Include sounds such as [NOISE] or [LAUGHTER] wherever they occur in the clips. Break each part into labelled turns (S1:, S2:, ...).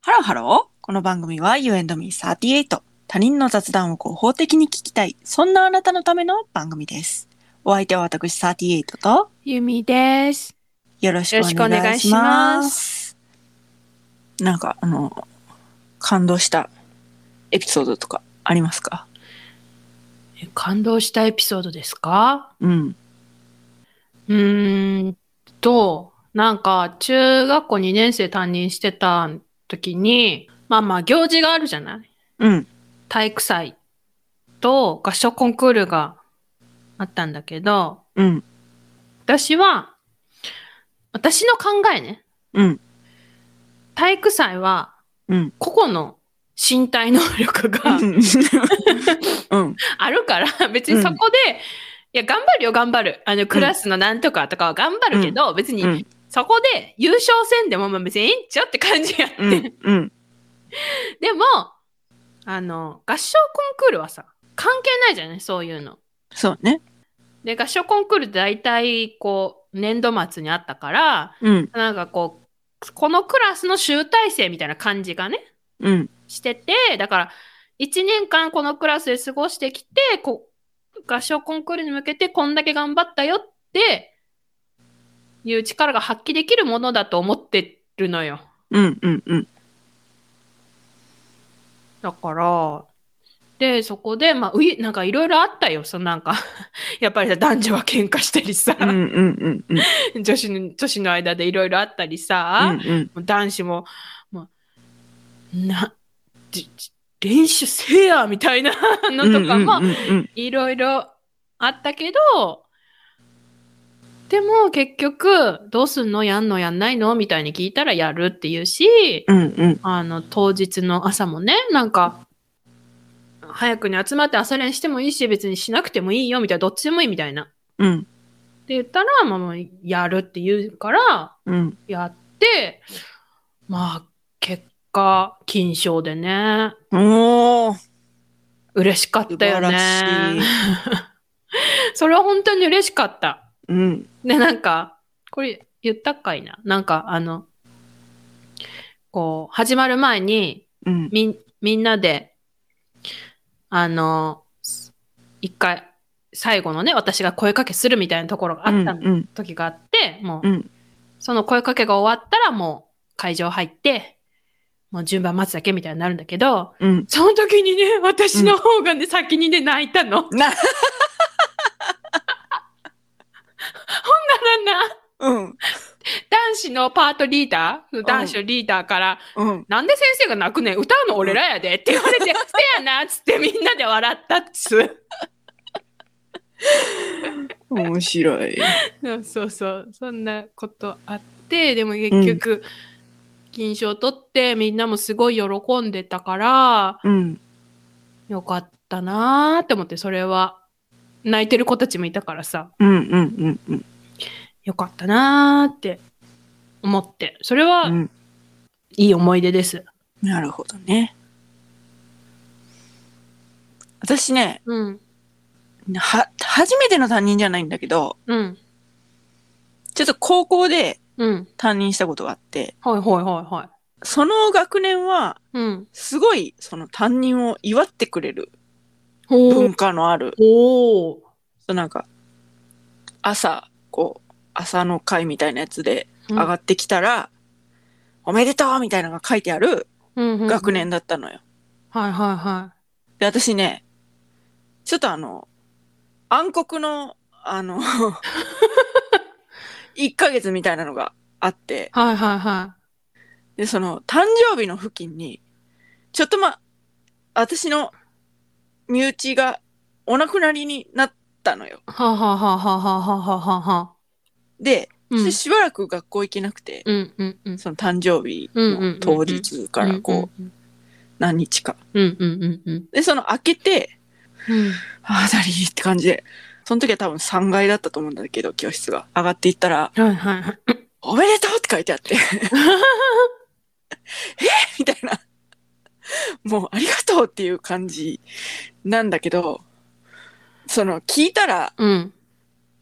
S1: ハローハロー。この番組は You and me38。他人の雑談を合法的に聞きたい。そんなあなたのための番組です。お相手は私38と
S2: ゆみです。
S1: よろしくお願いします。なんか、あの、感動したエピソードとかありますか
S2: え感動したエピソードですか
S1: うん。
S2: うーんと、なんか中学校2年生担任してた時に、まあまあ行事があるじゃない
S1: うん。
S2: 体育祭と合唱コンクールがあったんだけど、
S1: うん。
S2: 私は、私の考えね、
S1: うん。
S2: 体育祭は
S1: うん。
S2: 個々の身体能力 [LAUGHS] が
S1: うん。
S2: あるから、 [LAUGHS] 別にそこで、いや、頑張るよ、頑張る。あの、クラスのなんとかとかは頑張るけど、別
S1: う
S2: に、
S1: ん。
S2: そこで優勝戦でも、まあ別にいいんちゃうって感じやって。
S1: うん。うん。
S2: でも、あの、合唱コンクールはさ、関係ないじゃない、そういうの。
S1: そうね。
S2: で、合唱コンクールって大体、こう、年度末にあったから、
S1: うん。
S2: なんかこう、このクラスの集大成みたいな感じがね、
S1: うん。
S2: してて、だから、1年間このクラスで過ごしてきて、こ合唱コンクールに向けてこんだけ頑張ったよっていう力が発揮できるものだと思ってるのよ。
S1: うん。うん。うん。
S2: だから、で、そこで、まあ、うい、なんかいろいろあったよ。そのなんか、 [LAUGHS] やっぱりさ、男女は喧嘩したりさ、
S1: うん。うん。うん。うん。
S2: 女子の、女子の間でいろいろあったりさ、
S1: うん。
S2: もう男子も、もう、な、じじ練習せえやみたいなのとかも、
S1: うんうんうん
S2: いろいろあったけど、でも結局、どうすんのやんのやんないのみたいに聞いたらやるっていうし、
S1: うんうん
S2: あの、当日の朝もね、なんか、早くに集まって朝練してもいいし、別にしなくてもいいよ、みたいな、どっちでもいいみたいな。って
S1: うん
S2: 言ったら、まあもう、やるって言うから、
S1: うん
S2: やって、まあ、結果、金賞でね、
S1: おー
S2: 嬉しかったよ
S1: 素
S2: ね。
S1: 晴らしい
S2: それは本当に嬉しかった。
S1: うん
S2: で、なんか、これ言ったかいな。なんか、あの、こう、始まる前に、
S1: うん
S2: みん、みんなで、あの、す一回、最後のね、私が声かけするみたいなところがあった
S1: うん
S2: 時があって、もう、
S1: うん
S2: その声かけが終わったら、もう、会場入って、もう順番待つだけみたいになるんだけど、
S1: うん
S2: その時にね、私の方がね、先にね、泣いたの。
S1: な
S2: なんな
S1: う
S2: ん
S1: ん
S2: 男子のパートリーダー、男子のリーダーから、
S1: うん
S2: なんで先生が泣くねん歌うの俺らやでって言わ
S1: [LAUGHS]
S2: れて、せやなっつってみんなで笑ったっつ。
S1: 面白い
S2: うんそうそう、そんなことあって、でも結局、金賞取ってみんなもすごい喜んでたから、
S1: うん
S2: よかったなーって思って、それは。泣いてる子たちもいたからさ、
S1: うんうんうん
S2: よかったなーって思って、それ
S1: う
S2: は
S1: ん
S2: いい思い出です。
S1: なるほどね私ね
S2: うん、
S1: は初めての担任じゃないんだけど
S2: うん、
S1: ちょっと高校で
S2: うん。
S1: 担任したことがあって
S2: はいはいはいはい。
S1: その学年は
S2: うん。
S1: すごいその担任を祝ってくれる
S2: ほ
S1: 文化のある
S2: おー
S1: そうなんか朝こう朝の会みたいなやつで
S2: 上
S1: 上がってきたら、おめでとうみたいなのが書いてある学年だったのよ。
S2: はいはいは
S1: で、私ね、ちょっとあの、暗黒の、あ
S2: [LAUGHS]
S1: の、1ヶ月みたいなのがあって
S2: い。、はいはいは
S1: で、その、誕生日の付近に、ちょっとま、私の身内がお亡くなりになったのよ。
S2: い。はあ、はあはあはあはあはあはあは
S1: で、
S2: うん
S1: それしばらく学校行けなくて、
S2: うんうんうん。
S1: その誕生日の当日からこう、
S2: うん
S1: 何日か。
S2: うんうんうん
S1: で、その明けて、
S2: うん。
S1: あーだりーって感じで。その時は多分3階だったと思うんだけど、教室が。上がっていったら、
S2: はいはいはい。
S1: おめでとうって書いてあって。えみたいな。もうありがとうっていう感じなんだけど、その聞いたら、
S2: うん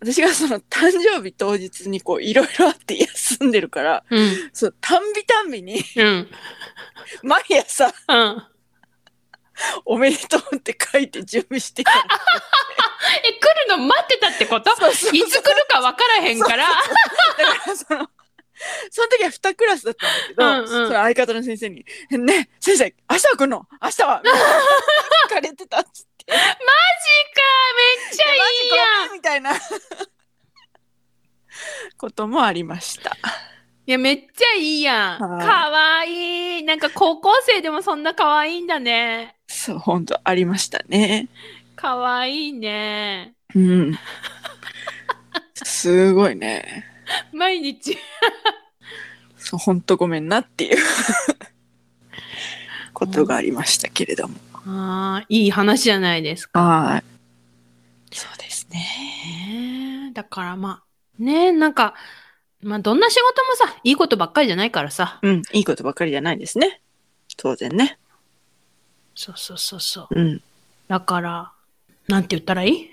S1: 私がその誕生日当日にこういろいろあって休んでるから、
S2: うん
S1: そのたんびたんびに、
S2: うん。
S1: 毎朝、
S2: うん。
S1: おめでとうって書いて準備してた。
S2: え、来るの待ってたってこと
S1: そうそうそう
S2: いつ来るか分からへんから。
S1: だからその、その時は2クラスだったんだけど、
S2: うんうん
S1: その相方の先生に、ね、先生、明日は来んの明日は聞かれてたっつって。
S2: マジかめっちゃいいやん
S1: みたいなこともありました。
S2: いやめっちゃいいやんか
S1: はい
S2: わいいなんか高校生でもそんなかわいいんだね
S1: そう、本当ありましたね。
S2: かわいいね
S1: うん。すごいね。
S2: 毎日
S1: そう、本当ごめんなっていうことがありましたけれども。
S2: あーいい話じゃないですか
S1: はい。そうですね。
S2: ねえだからまあねえなんかまあどんな仕事もさいいことばっかりじゃないからさ
S1: うん、いいことばかりじゃないですね。当然ね。
S2: そうそうそうそう
S1: うん。
S2: だからなんて言ったらいい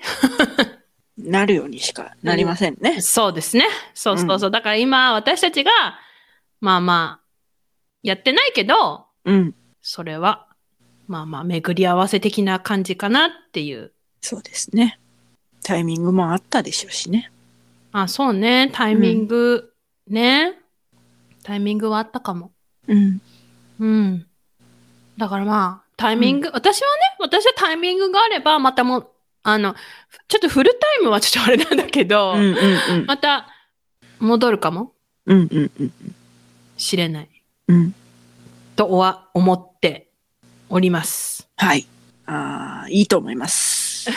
S1: なるようにしかなりませんね。
S2: そうですねそうそうそう、だから今私たちがまあまあやってないけど
S1: うん。
S2: それは、まあまあ、巡り合わせ的な感じかなっていう。
S1: そうですね。タイミングもあったでしょうしね。
S2: あ、そうね。タイミング、ね。タイミングはあったかも。
S1: うん。
S2: うん。だからまあ、タイミング、私はね、私はタイミングがあれば、またもう、あの、ちょっとフルタイムはちょっとあれなんだけど、
S1: うんうんうん。
S2: また戻るかも
S1: うんうんうん
S2: しれない
S1: うん。
S2: とは思っております。
S1: はい。ああ、いいと思い [LAUGHS] ます。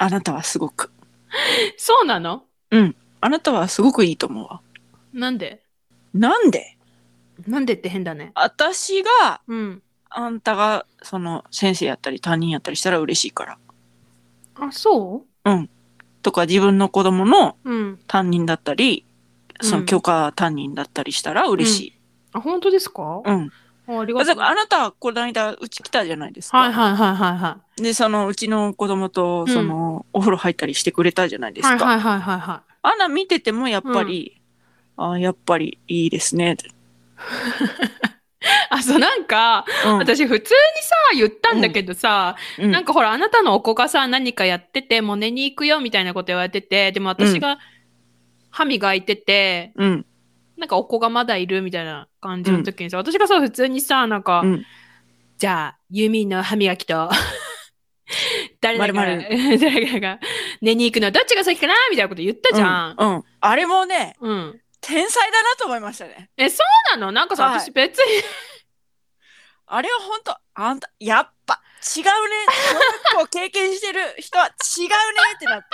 S1: あなたはすごく。
S2: そうなの
S1: あなたはすごくいいと思うわ。
S2: なんで
S1: なんで
S2: なんでって変だね。
S1: 私が、
S2: うん。
S1: あんたが、その、先生やったり担任やったりしたら嬉しいから。
S2: あ、そ
S1: とか、自分の子供の
S2: ううん。
S1: 担任だったり、そうの
S2: ん
S1: 教科担任だったりしたら嬉しい。
S2: あ、本当ですか
S1: うん。
S2: ああり
S1: ま
S2: が
S1: あ
S2: と
S1: だ
S2: う。
S1: からあなた、この間、うち来たじゃないですか。
S2: はいはいはいはいは
S1: で、その、うちの子供と、その、お風呂入ったりしてくれたじゃないで
S2: い。
S1: すか。
S2: はいはいはいはいは
S1: アナ見ててもやっぱり、あーやっぱりいいですねって。
S2: い。あ、そうなんか、
S1: うん
S2: 私普通にさ、言ったんだけどさ、
S1: うん
S2: なんかほら、あなたのお子がさ、何かやってて、もう寝に行くよみたいなこと言われてて、でも私が歯磨いてて、
S1: うん。
S2: なんかお子がまだいるみたいな感じの時にさ、私がさ、普通にさ、なんか、
S1: うん
S2: じゃあ、ユーミンの歯磨き [LAUGHS] と、誰だか
S1: まる
S2: が、 [LAUGHS] 誰かが寝に行くのはどっちが先かなみたいなこと言ったじゃん。
S1: うん。うんあれもね、
S2: うん
S1: 天才だなと思いましたね。
S2: え、そうなのなんかさ、
S1: はい
S2: 私別に、
S1: あれは本当あんた、やっぱ、違うね。小学校経験してる人は違うねってなって。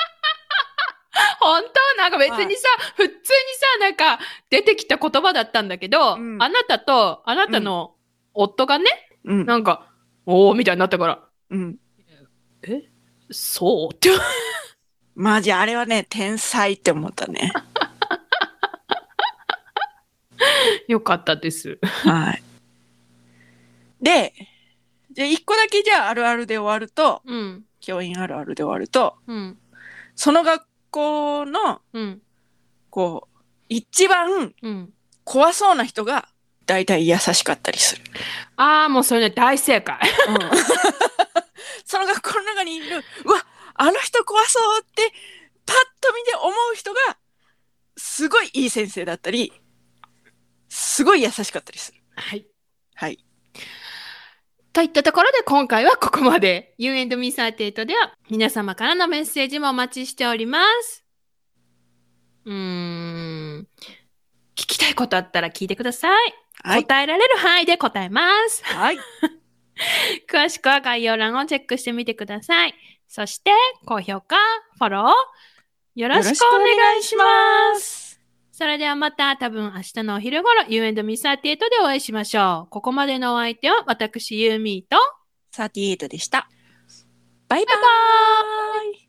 S2: 本当なんか別にさ、普通にさ、なんか出てきた言葉だったんだけど、
S1: うん
S2: あなたと、あなたの夫がね、
S1: うん。
S2: なんか、おーみたいになったから、
S1: うん。
S2: そうって。 [LAUGHS]
S1: マジ、あれはね、天才って思ったね。 [LAUGHS]
S2: よかったです。
S1: はい。で、じゃあ一個だけじゃああるあるで終わると、
S2: うん、
S1: 教員あるあるで終わると、
S2: うん、
S1: その学校の、
S2: うん、
S1: こう、一番
S2: うん。
S1: 怖そうな人が大体優しかったりする。
S2: ああ、もうそれね、大正解。
S1: [LAUGHS] その学校の中にいる、うわ、あの人怖そうって、パッと見て思う人が、すごいいい先生だったり、すごい優しかったりする。
S2: はい。
S1: はい。
S2: といったところで今回はここまで。You and me38 では皆様からのメッセージもお待ちしております。うーん。聞きたいことあったら聞いてください。 [LAUGHS]
S1: はい。
S2: 答えられる範囲で答えます。
S1: はい。
S2: 詳しくは概要欄をチェックしてみてください。そして、高評価、フォロー、よろしくお願いします。
S1: す。
S2: それではまた多分明日のお昼頃、You and me38 でお会いしましょう。ここまでのお相手は私、ユーミーと、
S1: 38でした。バイバ
S2: バイバーイ
S1: イ。